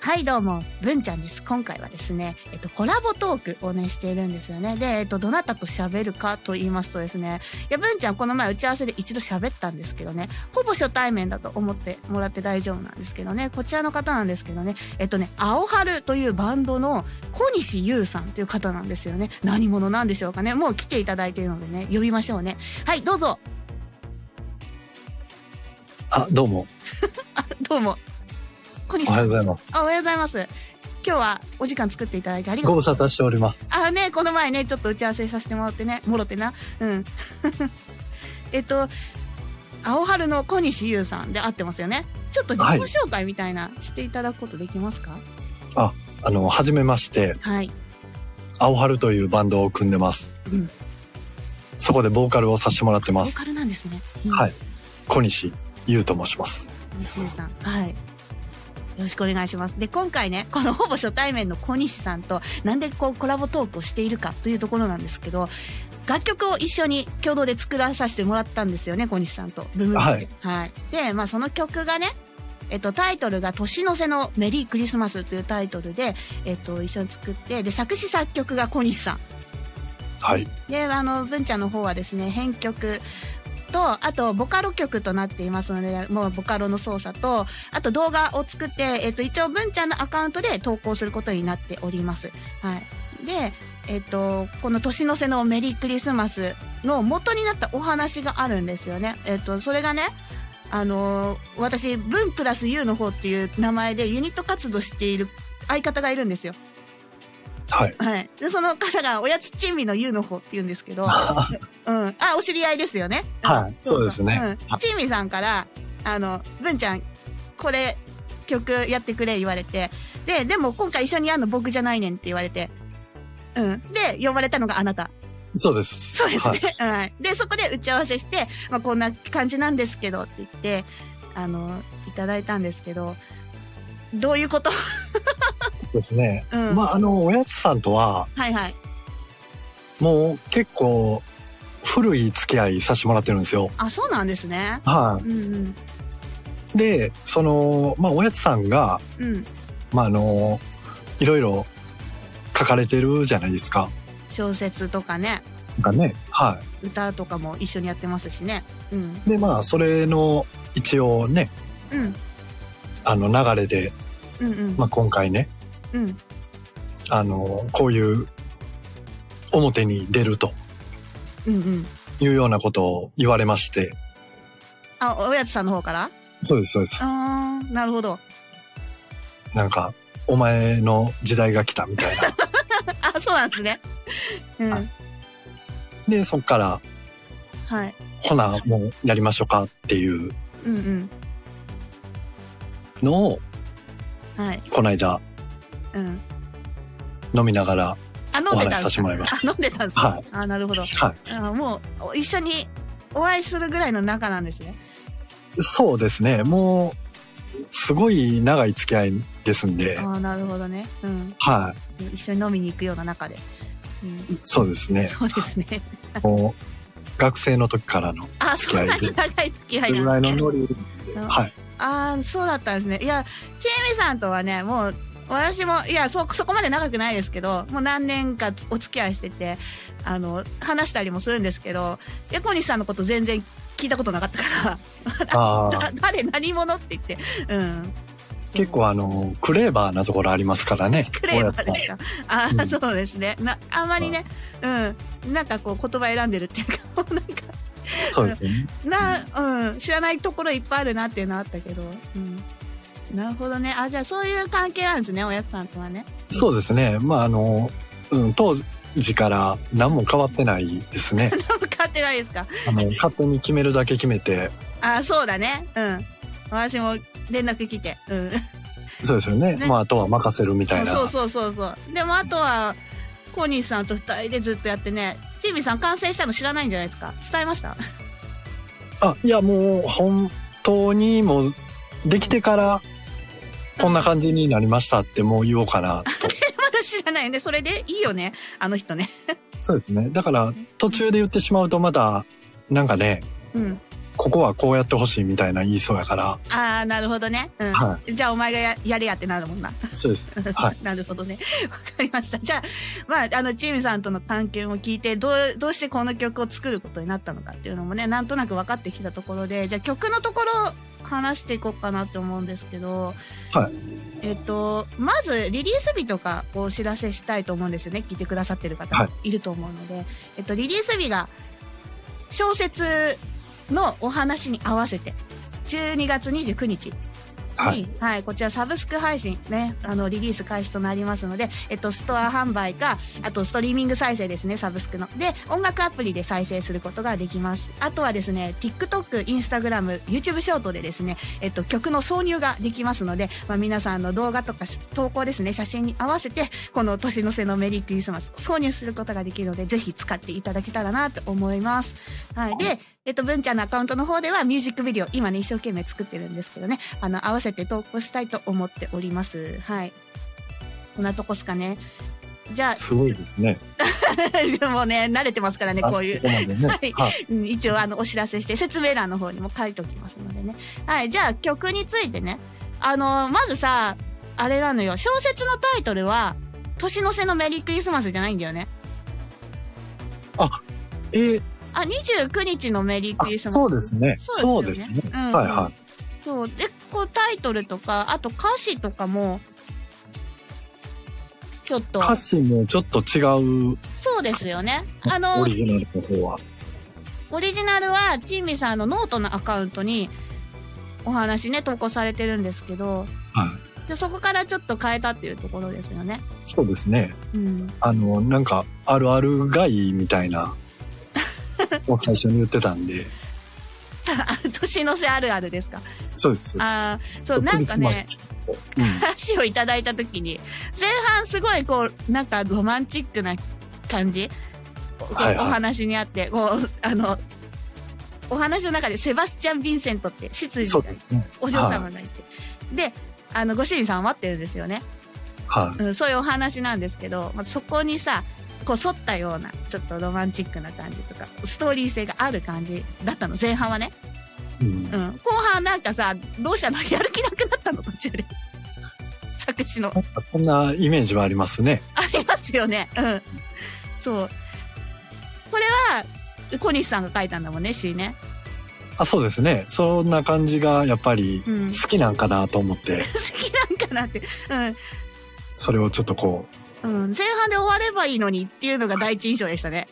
はいどうも、文ちゃんです。今回はですね、えっと、コラボトークをね、しているんですよね。で、えっと、どなたと喋るかと言いますとですね、いや、文ちゃんこの前打ち合わせで一度喋ったんですけどね、ほぼ初対面だと思ってもらって大丈夫なんですけどね、こちらの方なんですけどね、えっとね、青春というバンドの小西優さんという方なんですよね。何者なんでしょうかね。もう来ていただいているのでね、呼びましょうね。はい、どうぞ。あ、どうも。あ、どうも。小西おはさようんご。ざいます。あ、おはようございます。今日はお時間作っていただいてありがとごう無沙汰しております。あね、この前ね、ちょっと打ち合わせさせてもらってね、もろてな。うん。 えっと、青春の小西優さんで合ってますよね。ちょっと自己紹介みたいな、していただくことできますかあの、はじめまして、はい。青春というバンドを組んでます。うんそこでボーカルをさせてもらってボまーカす。ルなんですね。はい。小西優と申します。小西優さん。はい。よろしくお願いします。で、今回ね、この ほぼ初対面の小西さんと、なんでこうコラボトークをしているかというところなんですけど、楽曲を一緒に共同で作らさせてもらったんですよね、小西さんと。部分はい。はい。で、まあその曲がね、えっと、タイトルが年の瀬のメリークリスマスというタイトルで、えっと、一緒に作って、で、作詞作曲が小西さん。はい。で、あの、文ちゃんの方はですね、編曲と、あと、ボカロ曲となっていますので、もうボカロの操作と、あと動画を作って、えっと、一応文ちゃんのアカウントで投稿することになっております。はい。で、えっと、この年の瀬のメリークリスマスの元になったお話があるんですよね。えっと、それがね、あの私、文プラス U の方っていう名前でユニット活動している相方がいるんですよ。はい。はい。で、その方が、おやつ珍味の U の方って言うんですけど、うん。はあ、お知り合いですよね。はいんそうですねうん。珍味さんから、あの、文ちゃん、これ、曲やってくれ言われて、で、でも今回一緒にやるの僕じゃないねんって言われて、うん。で、呼ばれたのがあなた。い そうです。そうですはい。ね。はい。で、そこで打ち合わせして、まあ、こんな感じなんですけどって言って、あの、いただいたんですけど、どういうことそうですね。うん。まあ、あの、おやつさんとは、はいはい。もう結構、古い付き合いさせてもらってるんですよ。あ、そうなんですね。はうんうん。い。で、その、まあ、おやつさんが、うん。まあ、あの、いろいろ書かれてるじゃないですか。小説とかねなんかね。はい。歌とかも一緒にやってますしねうんでまあそれの一応ねうんあの流れで、うんうんまあ、今回ねうんあのこういう表に出るとうんうんいうようなことを言われましてあおやつさんの方からそうですそうですあーなるほどなんかお前の時代が来たみたい なあそうなんですねうんあでそっからはいほなもうやりましょうかっていううんうんのをはいこの間うん飲みながらあ飲おんで話したんでさせすてもらいかましあ飲んでたんですたか、はいあなるほどはあもうお一緒にお会いするぐらいの仲なんですねいそうですねもうすごい長い付き合いですんであなるほどねうんは一緒に飲みに行くような中で、うんいそうですねそうですねもう学生の時からのあそんなに長い付き合いそなれんですねぐらいのノリでうんはい。ああ、そうだったんですね。いや、ちえみさんとはね、もう、私も、いや、そ、そこまで長くないですけど、もう何年かお付き合いしてて、あの、話したりもするんですけど、いや、小西さんのこと全然聞いたことなかったから、ああだ 誰何者って言って、うん。結構あの、クレーバーなところありますからね。クレーバ大家ーですさよ。んあうあ、んそうですね。な、あんまりね、うん。なんかこう言葉選んでるっていうか、 なんか、そうですね。な、うん、知らないところいっぱいあるなっていうのはあったけど、うん。なるほどね。あ、じゃあそういう関係なんですね、おやつさんとはね。 そうですね。まああの、うん、当時から何も変わってないです ね。買ってないですかあの、勝手に決めるだけ決めて、あ、そうだね。うん。私も連絡来て。うん。そうですよね。ねまああとは任せるみたいな。 そうそうそうそう。でもあとは、コニーさんと二人でずっとやってね、チーミーさん完成したの知らないんじゃないですか伝えました あ、いやもう本当にもう、できてから、こんな感じになりましたってもう言おう かなと。まだ知らないよね。それでいいよね。あの人ね。そうですね。だから途中で言ってしまうとまた、なんかね、うん。ここはこうやってほしいみたいな言いそうやから、ああ、なるほどね。うん。はじゃあお前がややれやってなるもんな。 そうです。はい。 なるほどね。わかりました。じゃあ、まあ、あの、チームさんとの関係も聞いて、どう、どうしてこの曲を作ることになったのかっていうのもね、なんとなく分かってきたところで、じゃあ曲のところ話していこうかなって思うんですけど、はい。えっと、まず、リリース日とかをお知らせしたいと思うんですよね。聞いてくださってる方はもいると思うので。えっと、リリース日が、小説のお話に合わせて、12月29日はに、はい、こちらサブスク配信ね、あの、リリース開始となりますので、えっと、ストア販売か、あと、ストリーミング再生ですね、サブスクの。で、音楽アプリで再生することができます。あとはですね、TikTok、Instagram、YouTube ショートでですね、えっと、曲の挿入ができますので、まあ、皆さんの動画とか投稿ですね、写真に合わせて、この年の瀬のメリークリスマス、挿入することができるので、ぜひ使っていただけたらなと思います。はい。で、えっと、文ちゃんのアカウントの方ではミュージックビデオ、今ね、一生懸命作ってるんですけどね、あの、合わせて投稿したいと思っております。はい。こんなとこっすかね。じゃすごいですね。あ、 もうね、慣れてますからね、あこういうこ。こまでね。はいはい。うん一応あのお知らせして説明欄の方にも書いておきますのでね。はい、じゃあ曲についてね。あの、まずさ、あれなのよ、小説のタイトルは、年の瀬のメリークリスマスじゃないんだよね。えーあ、29日のメリークリスあマス。そうですね。そそううでですよすねね。うんはいはい。そう。で、こうタイトルとか、あと歌詞とかも、ちょっと、歌詞もちょっと違うそうですよね。あのオ、リジナルの方は。オリジナルは、チーミーさんのノートのアカウントに、お話ね、投稿されてるんですけど、はい。でそこからちょっと変えたっていうところですよね。そうですね。うん。 あの、なんか、あるあるがいいみたいな、を最初に言ってたんで、年の瀬あるあるですか。そうです。ああ、そう、なんかね、クリスマス。話をいただいたときに、前半すごいこう、なんかロマンチックな感じ、はいおはい話にあって、こう、あの、お話の中でセバスチャン・ヴィンセントって、執うん、事そのうですね。お嬢様がいて。で、あの、ご主人さん待ってるんですよね。はうん、そういうお話なんですけど、まあ、そこにさこう沿ったようなちょっとロマンチックな感じとかストーリー性がある感じだったの前半はね、い。うんう。ん、後半なんかさどうしたのやる気なくなったの途中で 作詞のこんなイメージはありますね。ありますよねうんそうこれは小西さんが書いたんだもんね詩ねあ、そうですね。そんな感じが、やっぱり、うん好好きなんかなと思って、きなんかなってそれをちょっとこう。うん、うん、前半で終わればいいのにっていうのが第一印象でしたね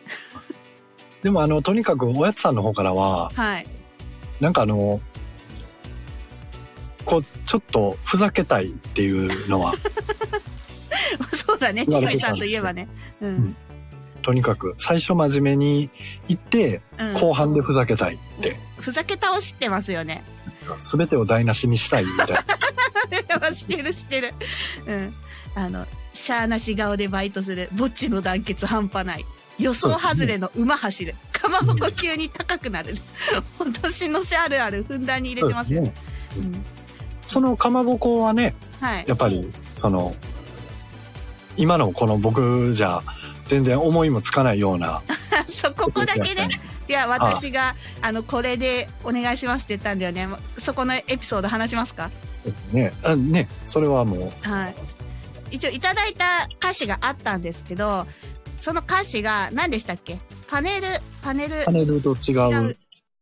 でも、あの、とにかく、おやつさんの方からは、はい なんかあの、こう、ちょっと、ふざけたいっていう のは、そうだねちみさんといえばねうん、うんとにかく、最初真面目に行って、後半でふざけたいって、ふざけ倒してますよね。全てを台無しにしたいみたいな。 してるしてる。うん。あの、しゃーなし顔でバイトする。ぼっちの団結半端ない。予想外れの馬走る。かまぼこ急に高くなる。今年のせあるあるふんだんに入れてますよね。ううですん、そのかまぼこはね、はい。やっぱり、その、今のこの僕じゃ、全然思いもつかないような。 そう、ここだけね。。いや、私が、あの、これでお願いしますって言ったんだよね。もうそこのエピソード話しますかですね。あね、それはもはい。一応いただいた歌詞があったんですけど、その歌詞が何でしたっけパネル、パネルう、、パネルと違違うう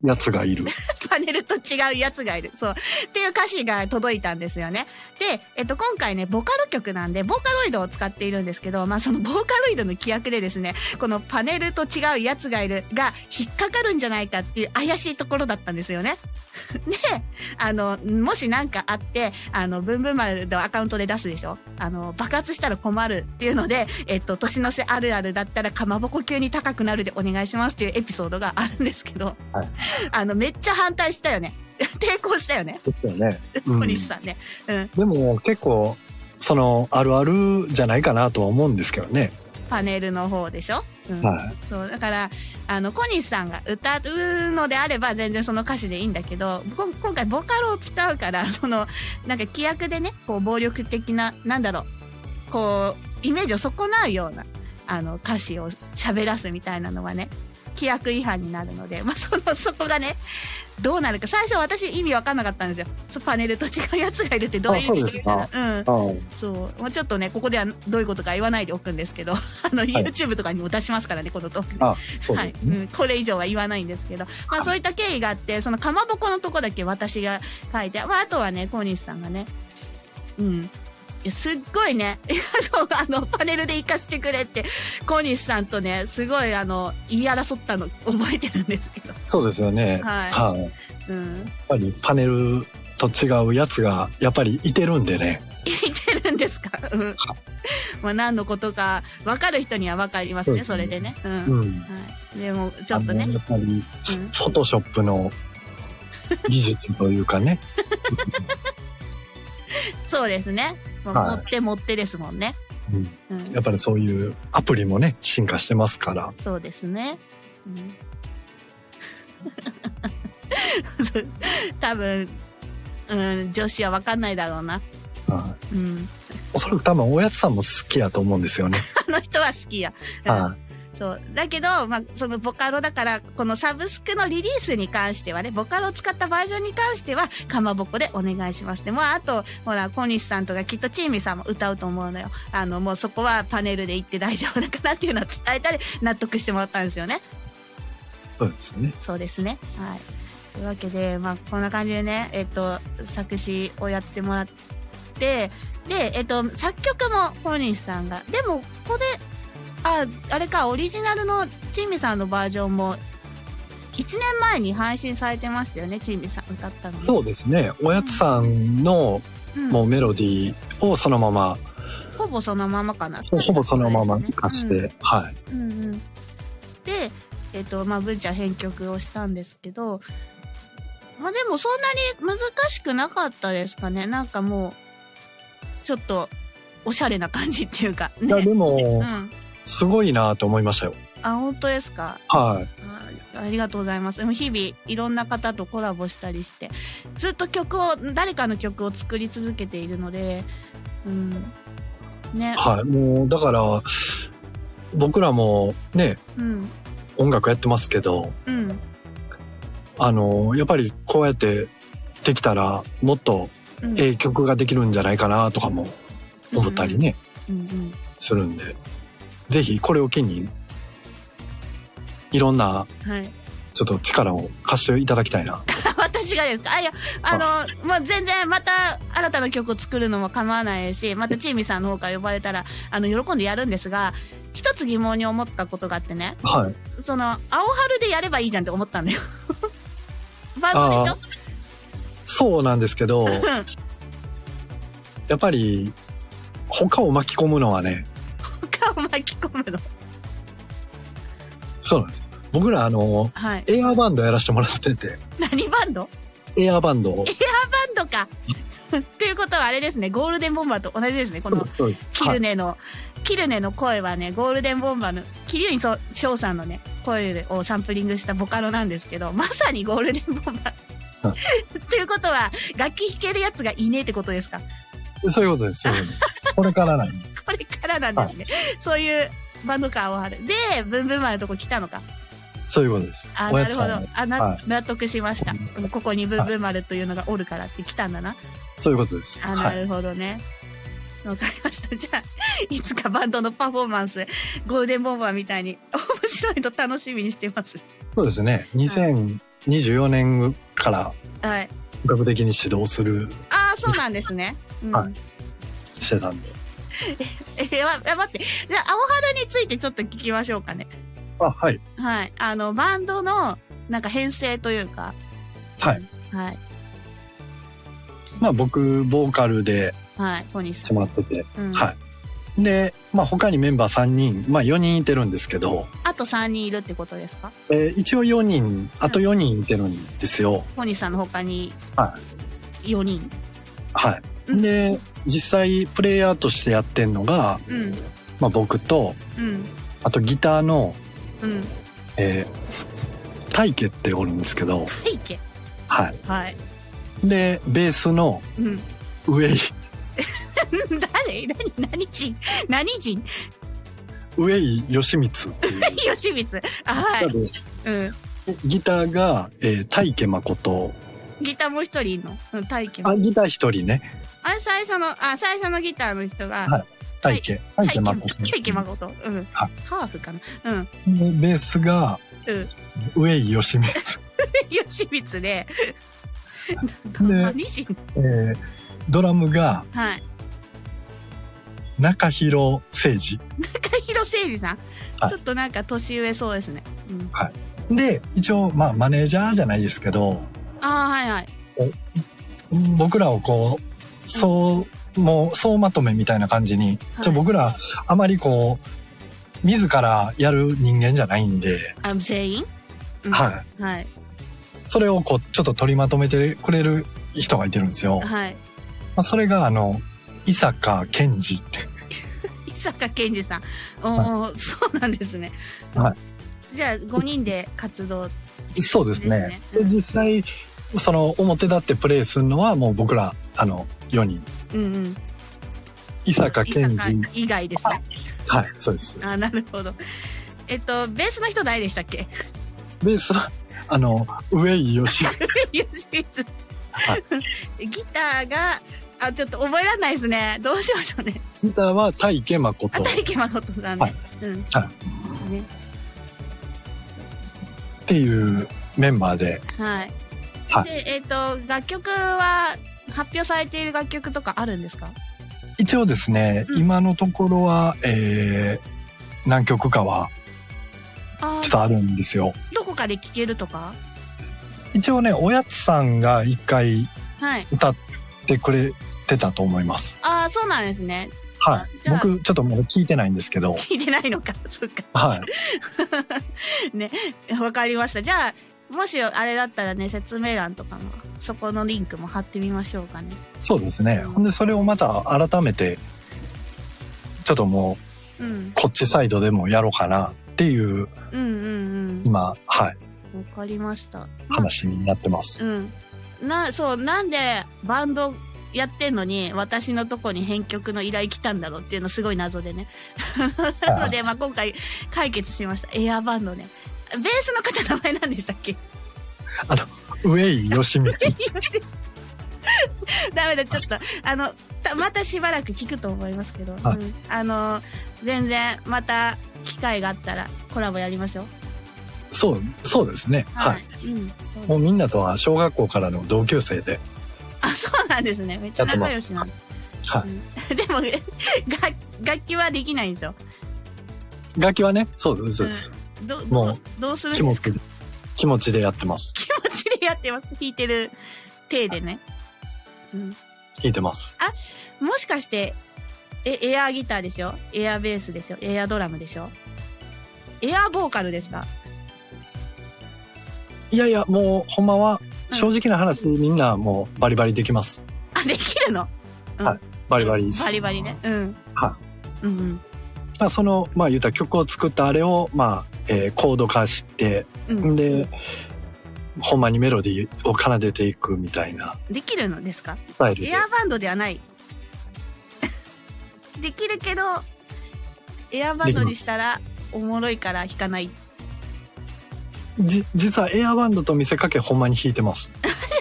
やつがいる。 パネルと違うやつがいる。そう。っていう歌詞が届いたんですよね。で、えっと、今回ね、ボカロ曲なんで、ボーカロイドを使っているんですけど、まあ、そのボーカロイドの規約でですね、このパネルと違うやつがいるが引っかかるんじゃないかっていう怪しいところだったんですよね。 で、あの、もし何かあって、あの、ブンブン丸のアカウントで出すでしょあの、爆発したら困るっていうので、えっと、年の瀬あるあるだったらかまぼこ級に高くなるでお願いしますっていうエピソードがあるんですけど、はいあの、めっちゃ反対したよね。 抵抗したよね。ですよね。うん小西さんね。でも結構、その、あるあるじゃないかなとは思うんですけどね。パネルの方でしょ、うんはそう、だから、あの、小西さんが歌うのであれば全然その歌詞でいいんだけど、こ今回ボカロを使うから、 その、なんか規約でね、こう暴力的な、なんだろう、こう、イメージを損なうような、あの、歌詞を喋らすみたいなのはね、規約違反になるので、まあ、その、 そこがね、どうなるか。最初私意味わかんなかったんですよ。そうパネルと違うやつがいるってどういう意味あそうですかみたいなうん。うんそう。まあ、ちょっとね、ここではどういうことか言わないでおくんですけど、あ の、YouTube とかにも出しますからね、このトークあ、そうはいですね。うん、これ以上は言わないんですけど、まあ、そういった経緯があってそのかまぼこのとこだけ私が書いて、まあ、あとはね小西さんがねうんいやすっごいね そうあのパネルで生かしてくれって小西さんとねすごいあの言い争ったの覚えてるんですけど、そうですよね。はいはい。やっうん、 ぱりパネルと違うやつがやっぱりいてるんでね。言ってるんですか、うんまあ、何のことか分かる人には分かりますねそそうでれすでね、うんうん。はい、でもちょっとあねの、やっぱりうん、フォトショップの技術というかね。そうですね、もう持はいって持ってですもんね、うんうん、やっぱりそういうアプリもね、進化してますから。そうですね。うん多分、うん、女子は分かんないだろうな。はうん。い。おそらく多分、おやつさんも好きやと思うんですよね。あの人は好きや。うんはそう。だけど、まあ、そのボカロだから、このサブスクのリリースに関してはね、ボカロを使ったバージョンに関しては、かまぼこでお願いします。でも、あと、ほら、小西さんとかきっとチーミさんも歌うと思うのよ。あの、もうそこはパネルで言って大丈夫だからっていうのを伝えたり、納得してもらったんですよね。い。そうですよね。そうですね。はい。というわけで、まあ、こんな感じでね、えっと、作詞をやってもらって、で、えっと、作曲も小西さんが。でも、これ、あ、あれか、オリジナルのちんみさんのバージョンも、1年前に配信されてましたよね、ちんみさん歌ったのね。そうですね。おやつさんのうん、もうメロディーをそのまま、ほぼそのままかな。そうほぼそのままそうですね活かして、はい。うんうん、で、えっとまあ、文ちゃん編曲をしたんですけど、まあ、でもそんなに難しくなかったですかねなんかもうちょっとおしゃれな感じっていうかいや、ね。でうもん、、あすごいなと思いましたよ。本当ですかはい。あありがとうございます。でも日々いろんな方とコラボしたりして、ずっと曲を、誰かの曲を作り続けているので、うん。ね。はい。もう、だから、僕らもね、うん。音楽やってますけど、うん。あの、やっぱりこうやってできたら、もっとうんええ曲ができるんじゃないかなとかも思ったりね、うんうん。するんで、ぜひこれを機に、いろんなはい。ちょっと力を貸していただきたいな。 私がですかあ、いや、あの、まあ、全然また新たな曲を作るのも構わないし、またチーミさんの方から呼ばれたら、あの、喜んでやるんですが、一つ疑問に思ったことがあってね、はい。その、青春でやればいいじゃんって思った んだよ。バンドでしょそうなんですけど、うんやっぱり、他を巻き込むのはね、他を巻き込むの。そうなんですよ。僕らあの、はい。エアーバンドやらせてもらってて、 何バンドバエアーバンドを。ンドか。 っていうことはあれですね、ゴールデンボンバーと同じですね、このそう です。キルネの、キルネの声はね、ゴールデンボンバーの、キリュウインソ翔さんのね、声をサンプリングしたボカロなんですけど、まさにゴールデンボンバー。はっていうことは、楽器弾けるやつがいねえってことですかはいそういうことです。そういうこと です。これからなんで。これからなんですね。そういうバンドカーを張る。で、ブンブンマンのとこ来たのか。そういうことです。あ、おなやるつほさんどの。あ、な、は納得しました。うんここにブンブン丸というのがおるからって来たんだな。そういうことです。あ、は。ないるほどね。わ、かりました。じゃあ、いつかバンドのパフォーマンス、ゴールデンボンバーみたいに面白いと楽しみにしてます。そうですね。2024年からはい。本格的に指導するああ、そうなんですね。うん。はいしてたんで。え、わえ待って。じゃあ、青春についてちょっと聞きましょうかね。あ、はい。はい。あの、バンドの、なんか編成というか。はい。はい。まあ僕、ボーカルではい。小西しさん。まってて。うんはいで、まあ他にメンバー3人、まあ4人いてるんですけど、あと3人いるってことですかえー一応4人、あと4人いてるんですよ。小西さんの他に。。はい4人。はうんい。で、実際プレイヤーとしてやってんのが、うん。まあ僕と、うん。あとギターの、うん。えー、大家っておるんですけど、背景。ははい。い。で、ベースのうん。上井、 誰何何人何人上井義光っていう吉光。あ、 はい方。です。うん。ギターが、えー、大家誠。ギターもう一人いんの。うん、大輝も。あ、ギター一人ね。あれ、最初の、あ、最初のギターの人が。はい大家。大家誠。大輝誠。うん。はハーフかな。うん。でベースが、うん。上井義光。吉光で。ね何人 えードラムがはい。中広中誠広誠二さん、はいちょっとなんか年上そうですね。うん、二。で、一応、まあ、マネージャーじゃないですけど、ああ、はいはい。うん僕らをこう、そう、もう、総まとめみたいな感じに、はいじゃ僕ら、あまりこう、自らやる人間じゃないんで、あ全員、うんはい。い。はい。それをこう、ちょっと取りまとめてくれる人がいてるんですよ。まはい。あ、それが、あの、伊坂健二って。伊坂健二さん。おお、そうなんですね。はじゃあ、5人で活動、そうですね。で実際、その、表立ってプレイするのは、もう僕ら、あの、4人。うんうん。伊坂伊健坂二。以外ですね。はい、そうです。あなるほど。えっと、ベースの人誰でしたっけ で、そあの、上井義吉光は。ギターが、あ、ちょっと覚えられないですね。どうしましょうね。ギターは大家あ、誠。大輝誠さんね。はいうん。はね。っていうメンバーで、はい。はいで、えっ、と、楽曲は発表されている楽曲とかあるんですか。一応ですね、うん今のところは、えー、何曲かはあちょっーとあるんですよ。どこかで聴けるとか。一応ね、おやつさんが一回はい。歌ってくれてたと思います。ああ、そうなんですね。はあいじ。ゃあ僕、ちょっともう聞いてないんですけど、聞いてないのか。そっか。はい。 わかりました。じゃあ、もしあれだったらね、説明欄とかも、そこのリンクも貼ってみましょうかね。そうですね。ほんで、それをまた改めて、ちょっともう、うん。こっちサイドでもやろうかなっていう、うんうん今、はい、うん。わかりました。まあ話になってます。うん。な、そう、なんでバンドやってんのに、私のとこに編曲の依頼来たんだろうっていうのすごい謎でね。 なので、まあ、今回解決しました。エアバンドね。ベースの方名前何でしたっけ上井 義光。ダメだ、ちょっと、あの、たまたしばらく聞くと思いますけど、はいうんあの、全然、また機会があったらコラボやりましょう。そう、そうですね。はい。い。うん。もうみんなとは小学校からの同級生で、あ、そうなんですね。めっちゃ仲良しなんだはうん でも、え楽楽器はできないんですよ。い。楽器はね、そうです、そうです。ど、どもうう、どうするん気で持すかちで、気持ちでやってます。気持ちでやってます。弾いてる手でね。うん。弾いてます。もしかして、え、エアーギターでしょエアーベースでしょエアードラムでしょエアーボーカルですかいやいや、もう、ほんまは、うん正直な話、みんなもうバリバリできます。あ、できるのバリバリです。バリバリね。うん。はうんうん。だからその、まあ言うたら曲を作ったあれを、まあ、えーコード化して、うん、んで、ほんまにメロディーを奏でていくみたいなできるのですかスタイルでエア。ーバンドではない。 できるけど、エアーバンドにしたらおもろいから弾かない。 じ実はエアバンドと見せかけほんまに弾いてます。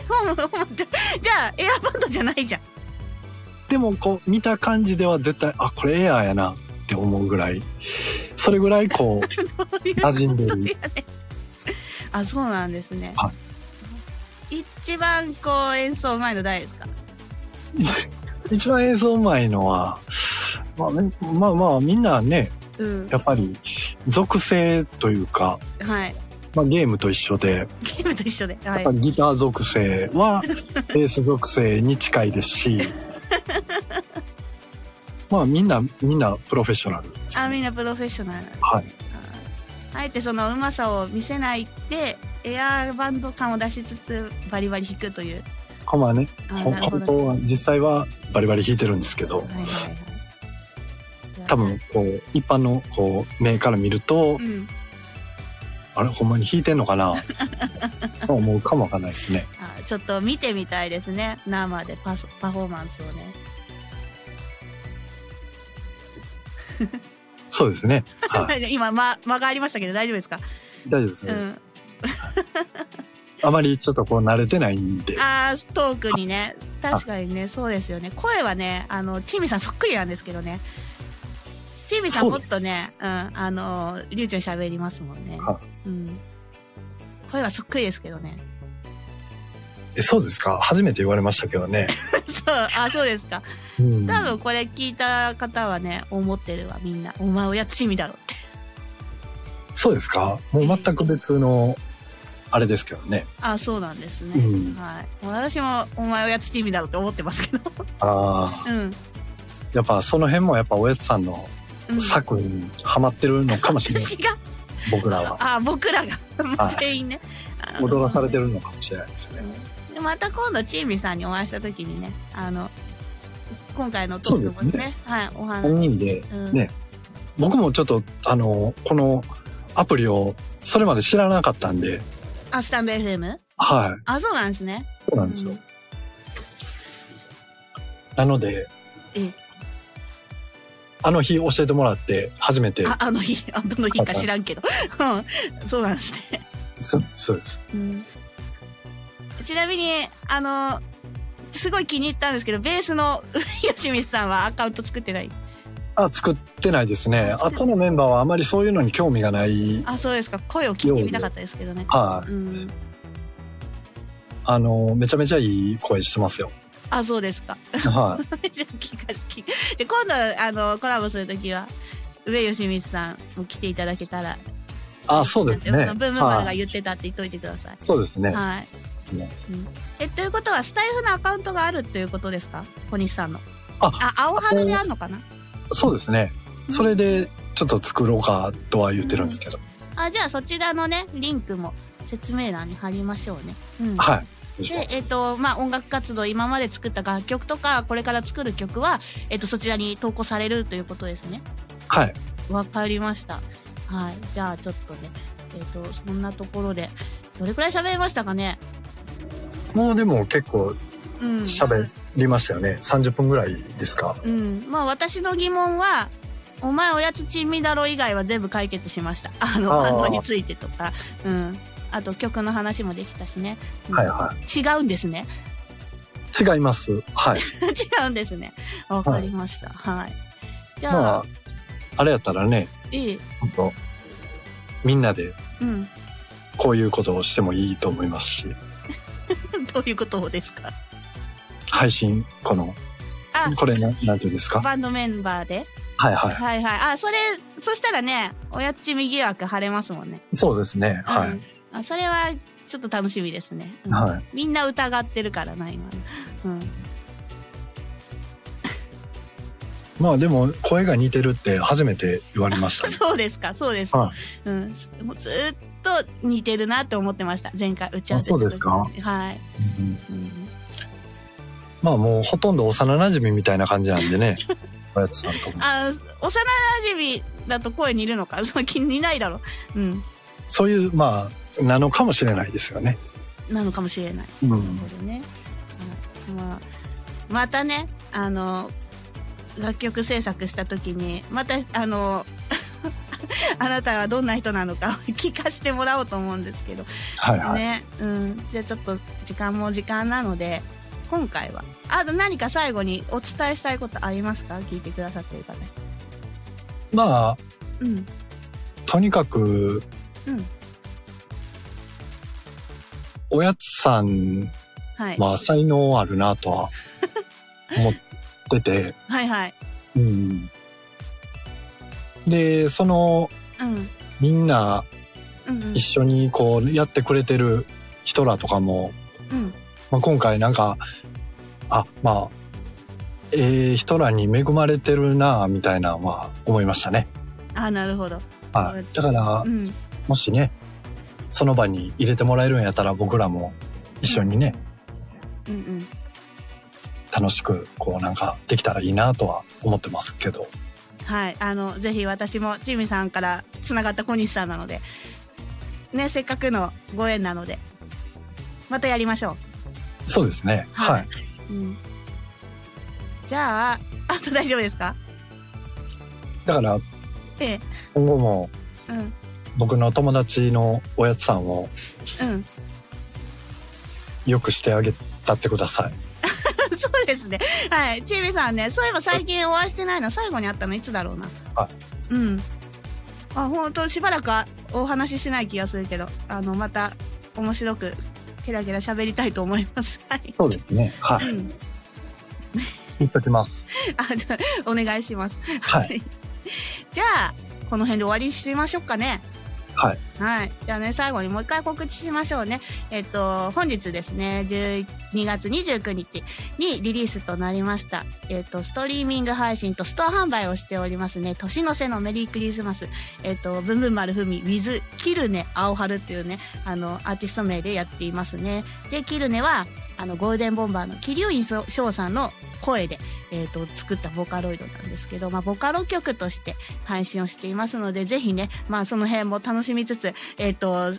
もうもうもうじゃあ、エアーバンドじゃないじゃん。 でもこう見た感じでは絶対あこれエアーやなって思うぐらいそれぐらいこうそういう馴染んでいるやねあ、そうなんですね。は一番こう演奏前の誰ですか。 一番映像うまいのは、まあ、ねまあまあみんなねうん。やっぱり属性というか、はい。まあ、ゲームと一緒でゲームと一緒で。はやっいぱ。ギター属性は ベース属性に近いですしまあみんなみんなプロフェッショナルですあ、ね、みんなプロフェッショナル。はいあー。あえてそのうまさを見せないで、エアーバンド感を出しつつ、バリバリ弾くという。ほんまはねあーほんなるほ本ど。当は実際はバリバリ弾いてるんですけどはいはいはい。多分こう一般のこう目から見るとうん。あれほんまに弾いてんのか なと思うかもわかんないですね。あーちょっと見てみたいですね。生でパスパフォーマンスをね。そうですね。は 今、間、間がありましたけど大丈夫ですかい。大丈夫ですうね。ん。あまりちょっとこう慣れてないんで。あートークにね確かにねそうですよね声はねあのチーミさんそっくりなんですけどねチーミさんそうもっですとねうんあの流暢に喋りますもんねはうん声はそっくりですけどね えそうですか初めて言われましたけどね。そうあそうですかうん、多分これ聞いた方はね思ってるわみんなお前親チーミだろってそうですかもう全く別の、あれですけどね。あそうなんですね、うんはい私もお前親チーミだろって思ってますけどああ、うん、やっぱその辺もやっぱおやつさんのうん、策にハマってるのかもしれな い。私が僕らは。あ僕らがはい 全員ねあの踊らされてるのかもしれないですね。でまた今度チーミさんにお会いした時にねあの今回のトークもねそうですねはいお3話、人で、うんね僕もちょっと、あの、このアプリをそれまで知らなかったんで、あスタンド FM はい。あそうなんですねそうなんですよ。うんなのでええ、あの日教えてもらって初めてああの日あどの日か知らんけど、うん、そうなんですね、そそうです。うん、ちなみにあのすごい気に入ったんですけどベースの 吉光さんはアカウント作ってないあ、作ってないですね。作ってない後のメンバーはあまりそういうのに興味がない。あそうですか声を聞いてみたかったですけどねはい、うんあの、めちゃめちゃいい声し てますよ。あそうですかは い、じゃあ聞か聞かで今度あのコラボするときは上吉光さんも来ていただけたらあ、そうですね。ブームマルはがい、言ってたって言っといてください。そうですね。はい。うんえ、ということは、スタイフのアカウントがあるということですか小西さんの。あ青春であるのかなそうですね。それで、ちょっと作ろうかとは言ってるんですけど。あ、じゃあそちらのね、リンクも説明欄に貼りましょうね。うん。はい。で、えっ、と、まあ、音楽活動、今まで作った楽曲とか、これから作る曲は、えっ、と、そちらに投稿されるということですね。はい。わかりました。はい。じゃあ、ちょっとね、えっ、と、そんなところで、どれくらい喋りましたかねもうでも結構うん。喋りましたよね。30分ぐらいですか。うん、まあ私の疑問は、お前おやつちんみだろ以外は全部解決しました。 あの、あバーンドについてとか、うん。あと曲の話もできたしね。うんはいは違うんですね。 い。違います。はい。違うんですね。わかりました。はい。じゃあ、まあ、あれやったらね、いい。ほんとみんなでうん。 こういうことをしてもいいと思いますし、どういうことですか配信、このあ、これな、なんていうんですかバンドメンバーで。はいはい。はいはい。あ、それ、そしたらね、おやつちみ疑惑晴れますもんね。そうですね。はうんい。あそれは、ちょっと楽しみですね。うんはい。みんな疑ってるからな、今。うん。まあでも、声が似てるって初めて言われましたね。そうですか、 そうですか。はうん、もうずーっと似てるなって思ってました。前回打ち合わせあそうですかした時はい。うんうんまあもうほとんど幼馴染みたいな感じなん でね。おやつさんとも。あ、幼馴染だと声似るのか、そ の気にないだろう。うん、そういう、まあ、なのかもしれないですよね。なのかもしれない。うなるん。ほどね。うんまあ、またね、あの、楽曲制作した時に、また、あの、 あなたはどんな人なのかを 聞かせてもらおうと思うんですけど。はいはい。ね、うん、じゃあちょっと時間も時間なので今回はあと何か最後にお伝えしたいことありますか聞いてくださってる方にまあ、うんとにかく、うんおやつさんはい、は才能あるな とは思ってて、はいはいうん、でそのうんみんなうんうん一緒にこうやってくれてる人らとかも、うんまあ、今回なんかあまあええ人らに恵まれてるなみたいなのは思いましたね。あなるほどはい、だからうんもしね、その場に入れてもらえるんやったら僕らも一緒にね、うんうん楽しくこうなんかできたらいいなとは思ってますけど。はいあのぜひ私もジミさんからつながった小西さんなのでねせっかくのご縁なのでまたやりましょうそうですね。ははいい。うんじゃああと大丈夫ですかだから、え今後もえうん僕の友達のおやつさんをうん。 良くしてあげたってください。そうですね。はい。ちびさんね、そういえば最近お会いしてないな。最後に会ったのいつだろうな。はうん。あ、本当しばらくはお話ししてない気がするけど、あの、また面白く、ゲラゲラ喋りたいと思います。はい。そうですね。はい。うん。言っときます。あ、じゃあお願いします。 はい。じゃあ、この辺で終わりにしましょうかね。はい。はい。じゃあね、最後にもう一回告知しましょうね。えっと、本日ですね、12月29日にリリースとなりました。えっと、ストリーミング配信とストア販売をしておりますね。年の瀬のメリークリスマス。えっと、ブンブン丸ふみ、with キルネ、青春っていうね、あの、アーティスト名でやっていますね。で、キルネは、あの、ゴールデンボンバーの桐生院翔さんの声で、えっ、と、作ったボカロイドなんですけど、まあ、ボカロ曲として配信をしていますので、ぜひね、まあ、その辺も楽しみつつ、えっ、と、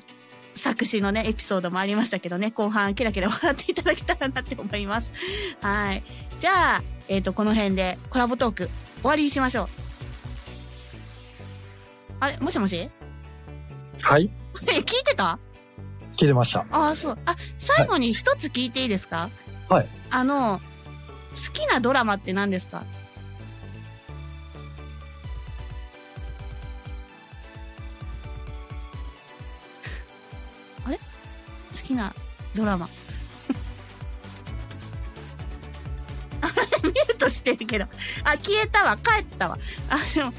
作詞のね、エピソードもありましたけどね、後半、キラキラ笑っていただけたらなって思います。はい。じゃあ、えっ、と、この辺でコラボトーク、終わりにしましょう。あれもしも しはい。聞いてた聞いてました。ああ、そう。あ、最後に一つ聞いていいですかはい。あの、好きなドラマって何ですかあれ好きなドラマ。 あれミュートしてるけど。あ、消えたわ。帰ったわ。あ、でも、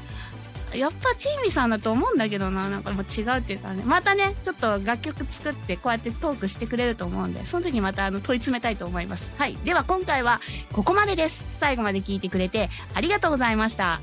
やっぱチーミさんだと思うんだけどな。なんかもう違うっていうかね。またね、ちょっと楽曲作って、こうやってトークしてくれると思うんで、その時またあの問い詰めたいと思います。はい。では今回はここまでです。最後まで聞いてくれてありがとうございました。